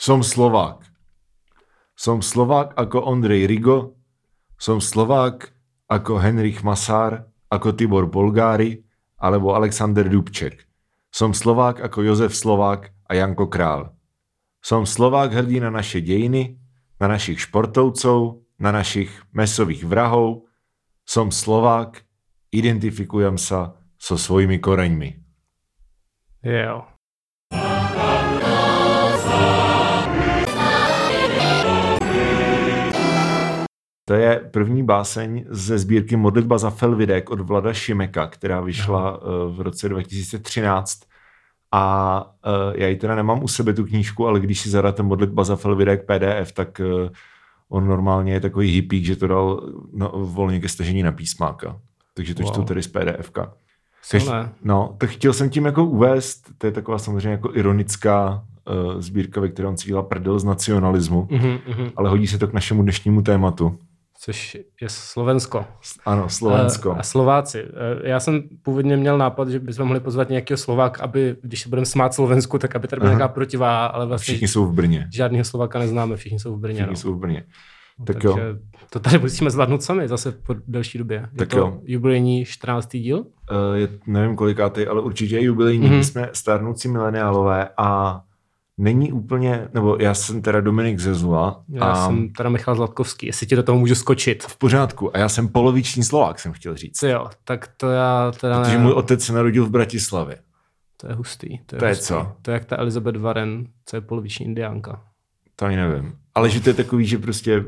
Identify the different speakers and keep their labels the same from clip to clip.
Speaker 1: Som Slovák. Som Slovák ako Ondrej Rigo, som Slovák ako Henrich Masár, ako Tibor Bolgári alebo Alexander Dubček. Som Slovák ako Jozef Slovák a Janko Král. Som Slovák hrdý na naše dějiny, na našich športovcov, na našich mesových vrahov. Som Slovák, identifikujem sa so svojimi koreňmi.
Speaker 2: Jo.
Speaker 1: To je první báseň ze sbírky Modlitba za Felvidek od Vlada Šimeka, která vyšla eh, v roce 2013. A eh, já ji teda nemám u sebe tu knížku, ale když si zadáte Modlitba za Felvidek PDF, tak eh, on normálně je takový hippík, že to dal na, volně ke stažení na písmáka. Takže to wow.
Speaker 2: Wow.
Speaker 1: čtu tedy z PDFka.
Speaker 2: Silné.
Speaker 1: No, tak chtěl jsem tím jako uvést, to je taková samozřejmě jako ironická uh, sbírka, ve které on si dělá prdel z nacionalismu,
Speaker 2: Mhm, mhm.
Speaker 1: ale hodí se to k našemu dnešnímu tématu.
Speaker 2: Což je Slovensko.
Speaker 1: S- Ano, Slovensko.
Speaker 2: A, a Slováci. Eh, Já jsem původně měl nápad, že bychom mohli pozvat nějakého Slováka, aby, když se budeme smát Slovensku, tak aby tady byla
Speaker 1: Aha.
Speaker 2: nějaká protivá, ale vlastně
Speaker 1: Všichni jsou v Brně.
Speaker 2: žádného Slováka neznáme, všichni jsou v Brně.
Speaker 1: Všichni
Speaker 2: no.
Speaker 1: jsou v Brně.
Speaker 2: No,
Speaker 1: tak
Speaker 2: Takže
Speaker 1: jo.
Speaker 2: to tady musíme zvládnout sami zase po delší době. Je
Speaker 1: Tak
Speaker 2: to
Speaker 1: jo.
Speaker 2: jubilejní 14. díl?
Speaker 1: Eh, Je, nevím kolikátý, ale určitě je jubilejní.
Speaker 2: Mhm.
Speaker 1: Mm-hmm. jsme stárnoucí mileniálové a není úplně, nebo já jsem teda Dominik Zezula
Speaker 2: Já
Speaker 1: a
Speaker 2: jsem teda Michal Zlatkovský, jestli ti do toho můžu skočit.
Speaker 1: v pořádku. A já jsem poloviční Slovák, jsem chtěl říct.
Speaker 2: Co jo, tak to já teda
Speaker 1: Protože
Speaker 2: ne,
Speaker 1: můj otec se narodil v Bratislavě.
Speaker 2: To je hustý. To je,
Speaker 1: To je
Speaker 2: hustý.
Speaker 1: co?
Speaker 2: To je jak ta Elizabeth Warren, co je poloviční indiánka.
Speaker 1: To ani nevím. Ale že to je takový, že prostě,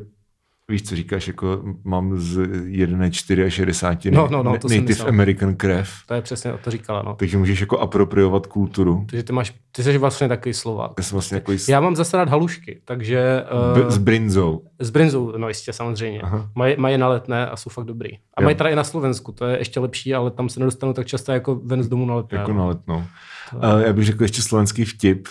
Speaker 1: víš, co říkáš, jako mám z 1,4 a 60
Speaker 2: No, no, no, to jsem
Speaker 1: Native
Speaker 2: myslel.
Speaker 1: American krev.
Speaker 2: To je přesně, o to říkala, no.
Speaker 1: Takže můžeš jako apropriovat kulturu.
Speaker 2: Takže ty máš, ty jsi vlastně takový Slovák.
Speaker 1: Já jsem vlastně takový s,
Speaker 2: Já mám zase rád halušky, takže
Speaker 1: b- s
Speaker 2: uh,
Speaker 1: brinzou.
Speaker 2: s brinzou, no jistě samozřejmě.
Speaker 1: Aha.
Speaker 2: Mají, mají na letné a jsou fakt dobrý. A
Speaker 1: Jo.
Speaker 2: mají teda i na Slovensku, to je ještě lepší, ale tam se nedostanu tak často jako ven z domu na letné.
Speaker 1: Jako
Speaker 2: no.
Speaker 1: na letnou.
Speaker 2: To-
Speaker 1: A já bych řekl ještě slovenský vtip.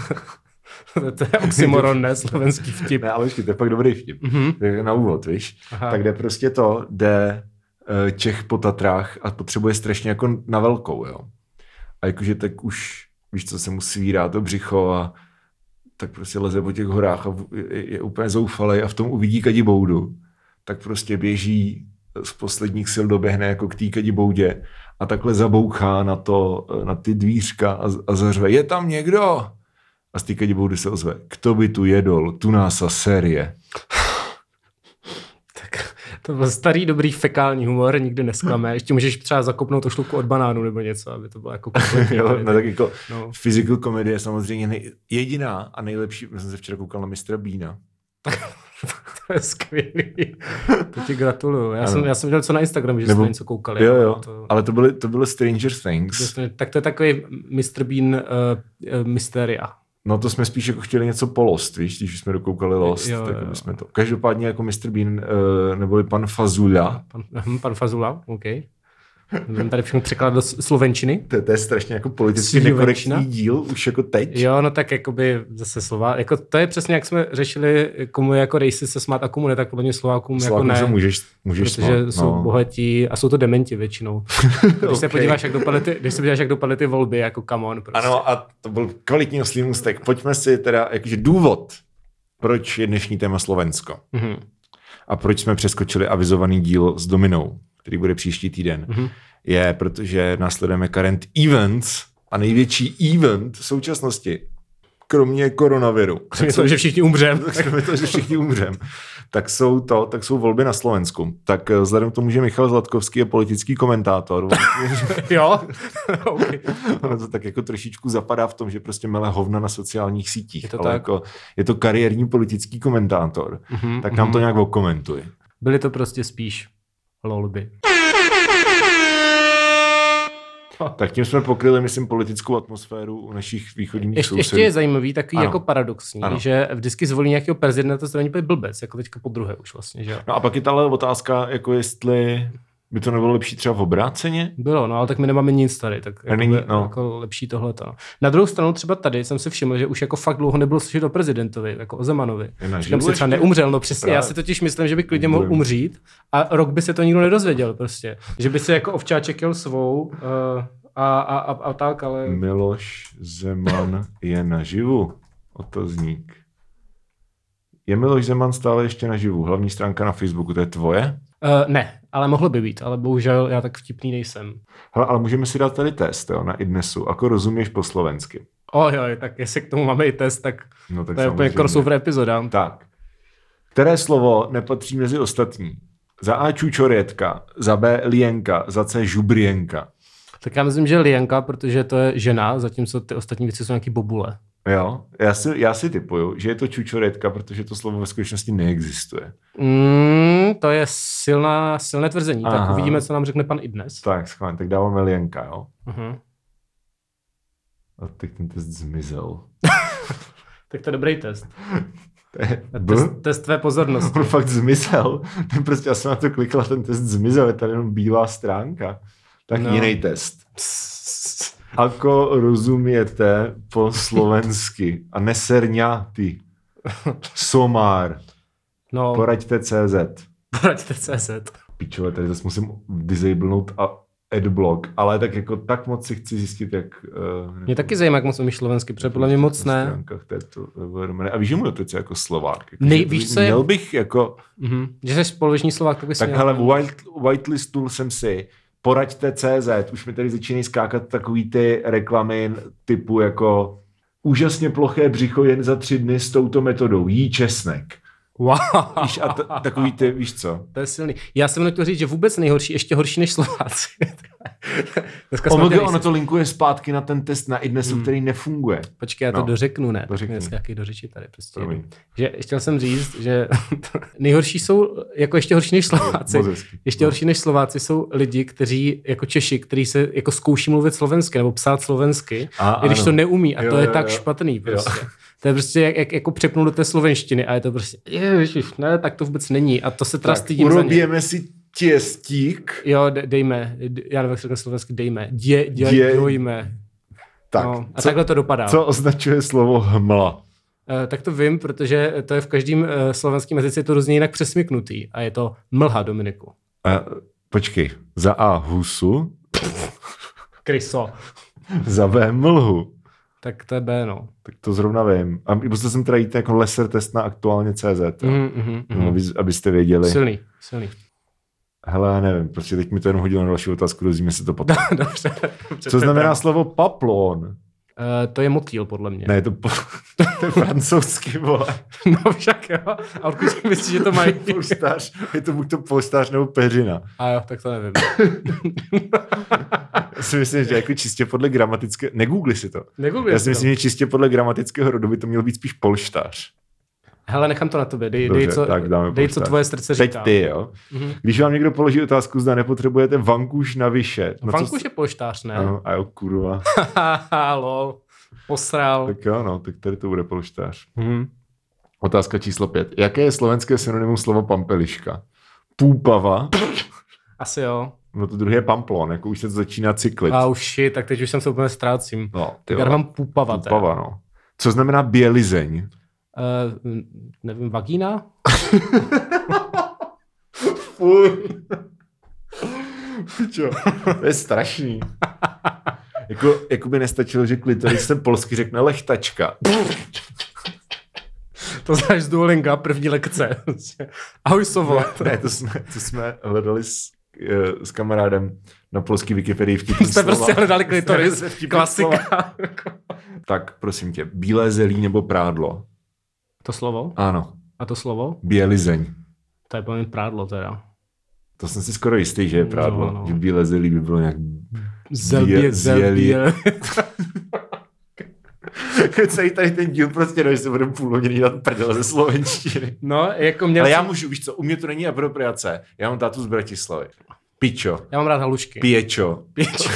Speaker 2: to je oxymoron, ne? Slovenský vtip.
Speaker 1: no. Ne, ale ještě, to je pak dobrý vtip.
Speaker 2: Mhm.
Speaker 1: To je Na úvod, víš?
Speaker 2: Aha.
Speaker 1: Tak jde prostě to, jde eh, Čech po Tatrách a potřebuje strašně jako na velkou, jo. A jakože tak už, víš co, se mu svírá to břicho a tak prostě leze po těch horách a v- je, je úplně zoufalej a v tom uvidí kadiboudu. Tak prostě běží eh, z posledních sil doběhne jako k té kadiboudě a takhle zabouchá na, to, eh, na ty dvířka a, a zařve, je tam někdo? A z té kadiboudy se ozve, kdo by tu jedol, tu nás a série.
Speaker 2: Tak to byl starý dobrý fekální humor, nikdy nesklame. Ještě můžeš třeba zakopnout to šluku od banánu nebo něco, aby to bylo jako kompletní.
Speaker 1: Jo, no tak jako
Speaker 2: no.
Speaker 1: physical comedy je samozřejmě nej, jediná a nejlepší, já jsem se včera koukal na mistra Bína.
Speaker 2: To je skvělý. To ti gratuluju. Já
Speaker 1: Ano.
Speaker 2: jsem, já jsem viděl co na Instagramu, že
Speaker 1: Nebo-
Speaker 2: jsme něco koukali.
Speaker 1: Jo, jo,
Speaker 2: To,
Speaker 1: ale to byly, to byly Stranger Things.
Speaker 2: to, tak to je takový Mr. Bean uh, uh, Mysteria.
Speaker 1: No to jsme spíš jako chtěli něco po Lost, víš, když už jsme dokoukali Lost,
Speaker 2: Jo,
Speaker 1: jo, tak
Speaker 2: jo.
Speaker 1: jo. jsme to. Každopádně jako Mr. Bean uh, neboli pan Fazula,
Speaker 2: Pan, hm, pan Fazula, OK. Budeme tady všechno překládat do s- slovenčiny.
Speaker 1: to, to je strašně jako politicky
Speaker 2: Slovenčina?
Speaker 1: nekorektní díl, už jako teď.
Speaker 2: Jo, no tak jakoby zase slova. Jako, to je přesně, jak jsme řešili, komu je jako rejsi se smát a komu ne, tak podle mě Slovákům,
Speaker 1: Slovákům
Speaker 2: jako
Speaker 1: se
Speaker 2: ne.
Speaker 1: můžeš, můžeš
Speaker 2: protože
Speaker 1: smát,
Speaker 2: jsou
Speaker 1: no.
Speaker 2: bohatí a jsou to dementi většinou. Když se
Speaker 1: Okay.
Speaker 2: podíváš, jak dopadly ty, když se podíváš, jak dopadly ty volby, jako come on, prostě.
Speaker 1: Ano, a to byl kvalitní oslý můstek. Pojďme si teda, jakože důvod, proč je dnešní téma Slovensko.
Speaker 2: Mhm.
Speaker 1: a proč jsme přeskočili avizovaný díl s Dominou, který bude příští týden,
Speaker 2: Mhm.
Speaker 1: mm-hmm. je protože následujeme current events a největší event v současnosti, kromě koronaviru.
Speaker 2: Kromě toho, že všichni umřeme.
Speaker 1: Tak kromě toho, že všichni umřem, tak jsou to, tak jsou volby na Slovensku. Tak eh, vzhledem k tomu, že Michal Zlatkovský je politický komentátor,
Speaker 2: jo? okay.
Speaker 1: ono to tak jako trošičku zapadá v tom, že prostě mele hovna na sociálních sítích.
Speaker 2: Je to
Speaker 1: ale
Speaker 2: tak.
Speaker 1: Jako, je to kariérní politický komentátor.
Speaker 2: Mhm,
Speaker 1: Mm-hmm. Tak nám to nějak okomentuje.
Speaker 2: Byly to prostě spíš lolby.
Speaker 1: Tak tím jsme pokryli, myslím, politickou atmosféru u našich východních
Speaker 2: Ještě,
Speaker 1: sousedů.
Speaker 2: ještě je zajímavý, takový ano.
Speaker 1: Ano.
Speaker 2: jako paradoxní, ano.
Speaker 1: Ano.
Speaker 2: že vždycky zvolí nějakého prezidenta, to není úplně blbec, jako teďka po druhé už vlastně, že jo.
Speaker 1: No a pak je tahle otázka, jako jestli by to nebylo lepší třeba v obráceně?
Speaker 2: Bylo, no ale tak my nemáme nic tady, tak
Speaker 1: A není,
Speaker 2: jakoby-
Speaker 1: no.
Speaker 2: jako lepší tohle. No. Na druhou stranu třeba tady jsem si všiml, že už jako fakt dlouho nebylo slyšet o prezidentovi, jako o Zemanovi.
Speaker 1: Je naživu
Speaker 2: Říkám si
Speaker 1: ještě?
Speaker 2: třeba neumřel, no přesně,
Speaker 1: Právě.
Speaker 2: já si totiž myslím, že by klidně mohl
Speaker 1: Budem.
Speaker 2: umřít a rok by se to nikdo nedozvěděl prostě. Že by se jako ovčáček jel svou uh,
Speaker 1: Hmm.
Speaker 2: a, a, a, a tak, ale...
Speaker 1: Miloš Zeman je naživu. Otazník. Je Miloš Zeman stále ještě naživu? Hlavní stránka na Facebooku, to je tvoje?
Speaker 2: Uh, ne, ale mohlo by být, ale bohužel já tak vtipný nejsem.
Speaker 1: Hele, ale můžeme si dát tady test jo, na Idnesu, ako rozumíš po slovensky.
Speaker 2: Ojoj, tak jestli k tomu máme i test, tak
Speaker 1: No tak
Speaker 2: to je úplně
Speaker 1: samozřejmě.
Speaker 2: jako crossover epizoda.
Speaker 1: Tak. Které slovo nepatří mezi ostatní? Za A čučorětka, za B lienka, za C žubrienka.
Speaker 2: Tak já myslím, že Lienka, protože to je žena, zatímco ty ostatní věci jsou nějaký bobule.
Speaker 1: Jo, já si, já si typuju, že je to čučorětka, protože to slovo ve skutečnosti neexistuje.
Speaker 2: Mm, to je silná, silné tvrzení. Aha. Tak
Speaker 1: Aha.
Speaker 2: uvidíme, co nám řekne pan i dnes.
Speaker 1: Tak, schválně, tak dáváme lienka, jo.
Speaker 2: Uh-huh.
Speaker 1: A teď ten test zmizel.
Speaker 2: Tak to je dobrý test.
Speaker 1: To je
Speaker 2: Test,
Speaker 1: B?
Speaker 2: test tvé pozornosti.
Speaker 1: On fakt zmizel. Ten prostě, já jsem na to klikla, ten test zmizel, je tady jenom bílá stránka. Tak
Speaker 2: No.
Speaker 1: no. jiný test. Ako rozumiete po slovensky? A neserňáty. Somár.
Speaker 2: No,
Speaker 1: Poraďte CZ.
Speaker 2: poraďte CZ.
Speaker 1: Pičové, tady zase musím disablenout a adblock, ale tak jako tak moc si chci zjistit, jak... Uh,
Speaker 2: Mě taky zajímá, jak moc umíš slovensky, protože podle mě moc ne.
Speaker 1: Této, eh, a víš, že mu je to jako Slovák. Jako,
Speaker 2: Nej-
Speaker 1: že to-
Speaker 2: víš, co je-
Speaker 1: Měl bych jako...
Speaker 2: Mhm. Že jsi poloviční Slovák, tak bys
Speaker 1: Tak
Speaker 2: měl.
Speaker 1: hele, white, whitelistul jsem si, poraďte CZ, už mi tady začínají skákat takový ty reklamy typu jako úžasně ploché břicho jen za tři dny s touto metodou, jí česnek.
Speaker 2: Wow.
Speaker 1: Víš, a t- takový ty, víš co?
Speaker 2: To je silný. Já jsem chtěl říct, že vůbec nejhorší, ještě horší než Slováci. Dneska jsme
Speaker 1: Omg,
Speaker 2: měli-
Speaker 1: ono to linkuje zpátky na ten test na idnesu,
Speaker 2: Hmm.
Speaker 1: který nefunguje.
Speaker 2: Počkej, já to no.
Speaker 1: No.
Speaker 2: dořeknu, ne?
Speaker 1: Dořekni.
Speaker 2: Dořekni. Dneska jaký dořeči tady prostě.
Speaker 1: Promiň.
Speaker 2: jedu. Že chtěl jsem říct, že nejhorší jsou, jako ještě horší než Slováci.
Speaker 1: Moc hezky.
Speaker 2: Ještě
Speaker 1: No.
Speaker 2: horší než Slováci jsou lidi, kteří jako Češi, kteří se jako zkouší mluvit slovensky nebo psát slovensky,
Speaker 1: A
Speaker 2: i když
Speaker 1: ano.
Speaker 2: to neumí a
Speaker 1: Jo,
Speaker 2: to je
Speaker 1: jo,
Speaker 2: tak
Speaker 1: jo.
Speaker 2: špatný prostě. To je prostě jak, jak jako přepnout do té slovenštiny a je to prostě, ježiš, ne, tak to vůbec není a to se teda
Speaker 1: Tak,
Speaker 2: stydím za ně.
Speaker 1: urobíme si těstík.
Speaker 2: Jo, de- dejme, d- já nevím, jak se řekne slovensky, dejme, dě, dě,
Speaker 1: Dě-
Speaker 2: dějme.
Speaker 1: Tak,
Speaker 2: No, a
Speaker 1: co,
Speaker 2: takhle to dopadá.
Speaker 1: co označuje slovo hmla?
Speaker 2: Eh, Tak to vím, protože to je v každém eh, slovenském jazyce je to různě jinak přesmyknutý a je to mlha, Dominiku.
Speaker 1: Uh, počkej, za A husu,
Speaker 2: Kryso.
Speaker 1: za B mlhu.
Speaker 2: Tak to je B, no.
Speaker 1: Tak to zrovna vím. A musel jsem teda jít jako lesser test na aktuálně CZ, mm.
Speaker 2: Mm, mm,
Speaker 1: no,
Speaker 2: mm.
Speaker 1: aby, abyste věděli.
Speaker 2: Silný, silný.
Speaker 1: Hele, já nevím, prostě teď mi to jenom hodilo na další otázku, dozvíme se to potom.
Speaker 2: Dobře. dobře, to
Speaker 1: Co
Speaker 2: je
Speaker 1: znamená
Speaker 2: pravda.
Speaker 1: slovo paplon?
Speaker 2: Eh, to je motýl, podle mě.
Speaker 1: Ne, je to, po... to je francouzsky, vole.
Speaker 2: No však jo. A odkud si myslíš, že to mají?
Speaker 1: Polštář, je to buď to polštář nebo peřina.
Speaker 2: A jo, tak to nevím.
Speaker 1: Já si myslím, že jako čistě podle gramatické, negoogli si to.
Speaker 2: Negoogli
Speaker 1: Já si
Speaker 2: to.
Speaker 1: myslím, že čistě podle gramatického rodu by to měl být spíš polštář.
Speaker 2: Hele, nechám to na tobě. Dej,
Speaker 1: Dobře,
Speaker 2: dej, co,
Speaker 1: tak dáme
Speaker 2: dej co
Speaker 1: polštář.
Speaker 2: tvoje srdce
Speaker 1: Teď
Speaker 2: říká.
Speaker 1: ty, jo.
Speaker 2: Mhm.
Speaker 1: Když vám někdo položí otázku, zda nepotřebujete vankuš na vyše.
Speaker 2: No, Fankuš je polštář, ne?
Speaker 1: Ano, a jo, kurva.
Speaker 2: Haha, lol. Posral.
Speaker 1: tak jo, no, tak tady to bude polštář.
Speaker 2: Mhm.
Speaker 1: Otázka číslo pět. Jaké je slovenské synonymum slova pampeliška? Půpava,
Speaker 2: Asi jo.
Speaker 1: no to druhé je pamplon, jako už se to začíná cyklit.
Speaker 2: A už shit, tak teď už jsem se úplně ztrácím.
Speaker 1: No, ty
Speaker 2: Tak já
Speaker 1: vole,
Speaker 2: mám pupava. Pupava.
Speaker 1: půpava, no. Co znamená bělizeň?
Speaker 2: Uh, nevím, vagína?
Speaker 1: Fuj. Pičo, to je strašný. Jako, jako by nestačilo, že klitoris se polsky řekne lechtačka.
Speaker 2: To znáš z Duolinga, první lekce. Ahoj, Sovo.
Speaker 1: Ne, to jsme, to jsme hledali s, eh, s kamarádem na polský Wikipedii vtipný
Speaker 2: Jste
Speaker 1: slova.
Speaker 2: prostě hledali klitoris,
Speaker 1: Jsme vtipný slova.
Speaker 2: klasika.
Speaker 1: Tak prosím tě, bílé zelí nebo prádlo?
Speaker 2: To slovo?
Speaker 1: Ano,
Speaker 2: A to slovo?
Speaker 1: bělizeň.
Speaker 2: To je poměrně prádlo teda.
Speaker 1: To jsem si skoro jistý, že je prádlo.
Speaker 2: No, no.
Speaker 1: Že bílé zelí by bylo nějak...
Speaker 2: Zelbě,
Speaker 1: Zje-
Speaker 2: zelbě.
Speaker 1: Celý tady ten díl prostě, no, že se budeme půl hodiny dělat prdele ze slovenštiny.
Speaker 2: No, jako měl
Speaker 1: Ale já
Speaker 2: jsem...
Speaker 1: můžu, víš co, u mě to není apropriace. Já mám tátu z Bratislavy. Pičo,
Speaker 2: Já mám rád halušky.
Speaker 1: piečo.
Speaker 2: Pěč.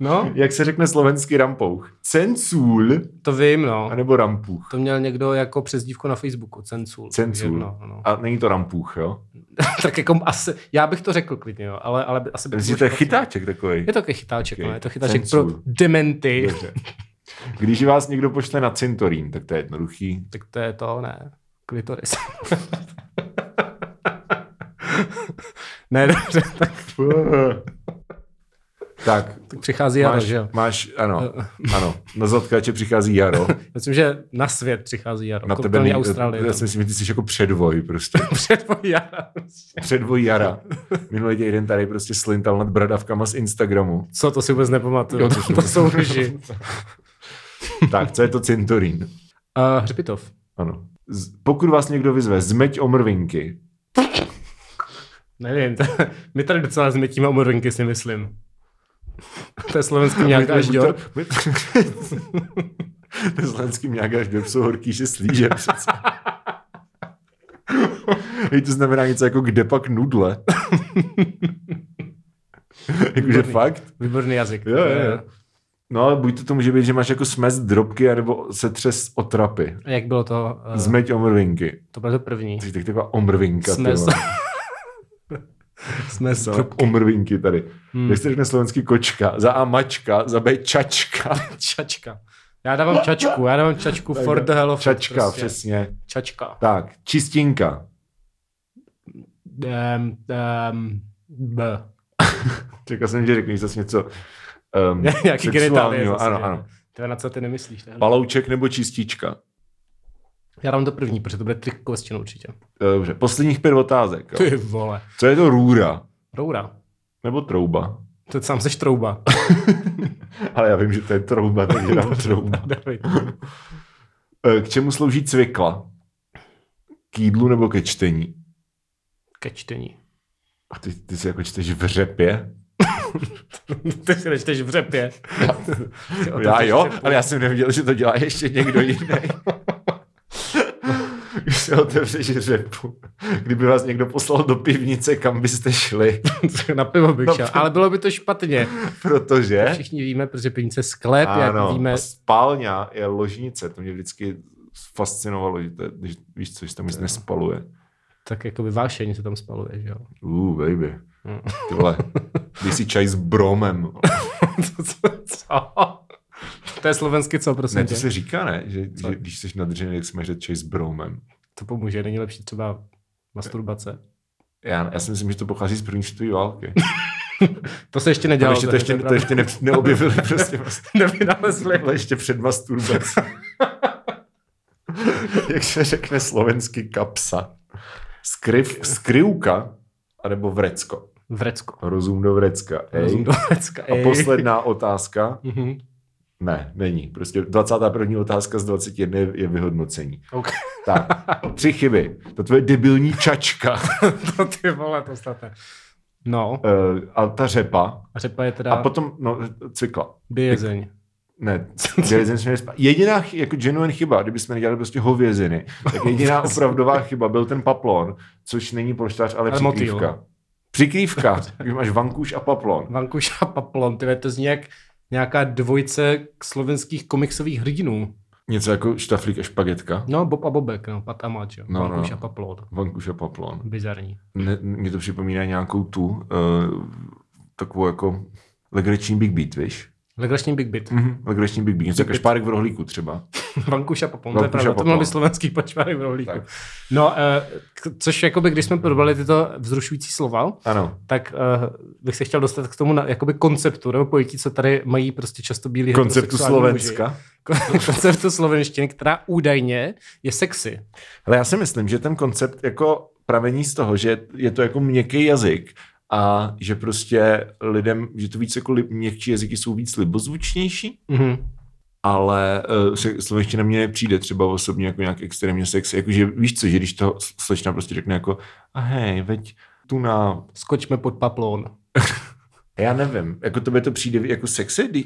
Speaker 2: No,
Speaker 1: Jak se řekne slovenský rampouch? Cencůl,
Speaker 2: to vím, no.
Speaker 1: anebo rampuch.
Speaker 2: To měl někdo jako přezdívku na Facebooku, Cencul.
Speaker 1: Cencul.
Speaker 2: No, no.
Speaker 1: A není to rampuch, jo?
Speaker 2: tak jako asi, já bych to řekl klidně, jo, ale, ale by- asi bych
Speaker 1: Myslím, že to je chytáček takový.
Speaker 2: Je to taky chytáček,
Speaker 1: Ok,
Speaker 2: no, je to chytáček
Speaker 1: Cencul.
Speaker 2: pro dementy.
Speaker 1: Dobře. Když vás někdo pošle na cintorín, tak to je jednoduchý.
Speaker 2: Tak to je to, ne, klitoris. ne, dobře, tak
Speaker 1: Tak,
Speaker 2: Tak přichází jaro,
Speaker 1: máš,
Speaker 2: že jo?
Speaker 1: máš, ano, ano, na zatkače přichází jaro.
Speaker 2: Myslím, že na svět přichází jaro.
Speaker 1: Na tebe,
Speaker 2: není
Speaker 1: nej-
Speaker 2: Jako Austrálie. no.
Speaker 1: já si myslím, že ty jsi jako předvoj prostě.
Speaker 2: Předvoj jara.
Speaker 1: Předvoj jara. Minulý týden tady prostě slintal nad bradavkama z Instagramu.
Speaker 2: Co, to si vůbec nepamatuju.
Speaker 1: Jo, to si
Speaker 2: to jsou lži.
Speaker 1: Tak, co je to cintorín?
Speaker 2: Uh, Hřbitov.
Speaker 1: Ano. Z, pokud vás někdo vyzve, zmeď omrvinky.
Speaker 2: Nevím, to, my tady docela zmetíme omorvinky, si myslím. To je slovenský
Speaker 1: My
Speaker 2: nějak
Speaker 1: tady
Speaker 2: až
Speaker 1: buď
Speaker 2: dělat.
Speaker 1: to- my- To je slovenský nějak až dělat, jsou horký, že slíže přece. Hej, to znamená něco jako kde pak nudle. Jakože
Speaker 2: Výborný.
Speaker 1: fakt.
Speaker 2: Výborný jazyk.
Speaker 1: Jo, jo, jo. No ale buď to, to může být, že máš jako smes drobky, anebo setřes otrapy.
Speaker 2: A jak bylo to? Uh,
Speaker 1: Zmeď omrvinky.
Speaker 2: To bylo to první.
Speaker 1: Jsi tak taková omrvinka.
Speaker 2: Smes.
Speaker 1: Smes.
Speaker 2: Jsme z
Speaker 1: Omrvinky tady.
Speaker 2: Hmm.
Speaker 1: Hmm. Jak se řekne slovenský kočka? Za A mačka, za B čačka.
Speaker 2: Čačka. Já dávám čačku, já dávám čačku for the hell of it
Speaker 1: Čačka,
Speaker 2: prostě.
Speaker 1: přesně.
Speaker 2: Čačka.
Speaker 1: Tak, čistinka.
Speaker 2: Um, um, b.
Speaker 1: Čekal jsem, že řekneš zase něco um,
Speaker 2: Nějaký genitálie. zase,
Speaker 1: Ano,
Speaker 2: že?
Speaker 1: ano.
Speaker 2: Tebe na co ty nemyslíš? Ne?
Speaker 1: Palouček nebo čistička.
Speaker 2: Já dám to první, protože to bude trik question určitě.
Speaker 1: Eh, Dobře, posledních pět otázek. Jo.
Speaker 2: Ty vole.
Speaker 1: Co je to růra?
Speaker 2: Roura.
Speaker 1: Nebo trouba?
Speaker 2: To sám seš trouba.
Speaker 1: Ale já vím, že to je trouba, takže dám trouba.
Speaker 2: David.
Speaker 1: Eh, K čemu slouží cvikla? K jídlu nebo ke čtení?
Speaker 2: Ke čtení.
Speaker 1: A ty, ty si jako čteš v řepě?
Speaker 2: Ty si nečteš v řepě.
Speaker 1: Já jo, ale já jsem nevěděl, že to dělá ještě někdo jiný. Když se otevřeš řepu, kdyby vás někdo poslal do pivnice, kam byste šli,
Speaker 2: Na pivo bych
Speaker 1: Na
Speaker 2: šel.
Speaker 1: pivo.
Speaker 2: Ale bylo by to špatně.
Speaker 1: protože...
Speaker 2: Všichni víme, protože peníze je sklep, jak víme.
Speaker 1: a spálňa je ložnice, to mě vždycky fascinovalo, že to, je- když, víš co, že se tam nic nespaluje.
Speaker 2: tak jako vyvášení se tam spaluje, že jo.
Speaker 1: Uh, baby.
Speaker 2: Mm.
Speaker 1: Ty vole, dej si čaj s bromem.
Speaker 2: Co- co- co? To je slovensky co, prosím
Speaker 1: Ne,
Speaker 2: tě?
Speaker 1: to se říká, ne? Že, že když jsi nadřený, tak jsme čaj s bromem.
Speaker 2: To pomůže, není lepší třeba masturbace.
Speaker 1: Já, já si myslím, že to pochází z první světové války.
Speaker 2: To se ještě
Speaker 1: Tam
Speaker 2: nedělalo.
Speaker 1: ještě to ještě, to ještě ne, neobjevili prostě. prostě.
Speaker 2: nevynalezli.
Speaker 1: Ale ještě před masturbací. Jak se řekne slovensky kapsa? Skryv, skryvka anebo vrecko?
Speaker 2: Vrecko.
Speaker 1: Rozum do vrecka. Ej.
Speaker 2: Rozum do Vrecka.
Speaker 1: A
Speaker 2: ej.
Speaker 1: posledná otázka.
Speaker 2: Mhm.
Speaker 1: Ne, není. Prostě 21. otázka z 21 je- je vyhodnocení.
Speaker 2: Ok.
Speaker 1: Tak, tři chyby. To tvoje debilní čačka
Speaker 2: To ty vole, to snad ne. No,
Speaker 1: eh, a ta řepa.
Speaker 2: a řepa je
Speaker 1: A
Speaker 2: teda
Speaker 1: potom, no, cykla.
Speaker 2: bězeň.
Speaker 1: Ne, vězen jsme nespa- Jediná chy- jako genuine chyba, kdybychom nedělali prostě hověziny, tak jediná opravdová chyba byl ten paplon, což není polštář, ale,
Speaker 2: Ale
Speaker 1: ale
Speaker 2: motýl.
Speaker 1: přikrývka. Přikrývka, když máš vankuš a paplon.
Speaker 2: Vankuš a Paplon, ty vole, to zní jak nějaká dvojce k slovenských komiksových hrdinů.
Speaker 1: Něco jako štaflík a špagetka.
Speaker 2: No, Bob a Bobek, no, Pat a Mat, jo.
Speaker 1: No,
Speaker 2: Vankuš
Speaker 1: no.
Speaker 2: a Paplon.
Speaker 1: Vankuš a paplon.
Speaker 2: Bizarní.
Speaker 1: Ne, mě to připomíná nějakou tu, uh, takovou jako legrační Big Beat, víš?
Speaker 2: Legrační Big Bit.
Speaker 1: Mm-hmm. Legrační Big Beat, něco jako
Speaker 2: Beat.
Speaker 1: špárek v rohlíku třeba.
Speaker 2: Vankuša Popon, to je
Speaker 1: Vankuša
Speaker 2: pravda, to
Speaker 1: Popon.
Speaker 2: měl by slovenský pačvárek v rohlíku.
Speaker 1: Tak.
Speaker 2: No, eh, k- což jakoby, když jsme probrali tyto vzrušující slova,
Speaker 1: Ano.
Speaker 2: tak eh, bych se chtěl dostat k tomu na, jakoby konceptu nebo pojetí, co tady mají prostě často bílí
Speaker 1: Konceptu
Speaker 2: heterosexuální muži.
Speaker 1: Slovenska.
Speaker 2: Kon- konceptu slovenštiny, která údajně je sexy.
Speaker 1: Ale já si myslím, že ten koncept jako pramení z toho, že je to jako měkký jazyk a že prostě lidem, že to víc jako li- měkčí jazyky jsou víc libozvučnější,
Speaker 2: Mm-hmm.
Speaker 1: Mhm. ale uh, se, slovenština mě nepřijde třeba osobně jako nějak extrémně sexy. Jakože víš co, že když to slečna prostě řekne jako a hej, veď tu na
Speaker 2: Skočme pod paplón.
Speaker 1: Já nevím, jako tobě to přijde jako sexy? Kdy-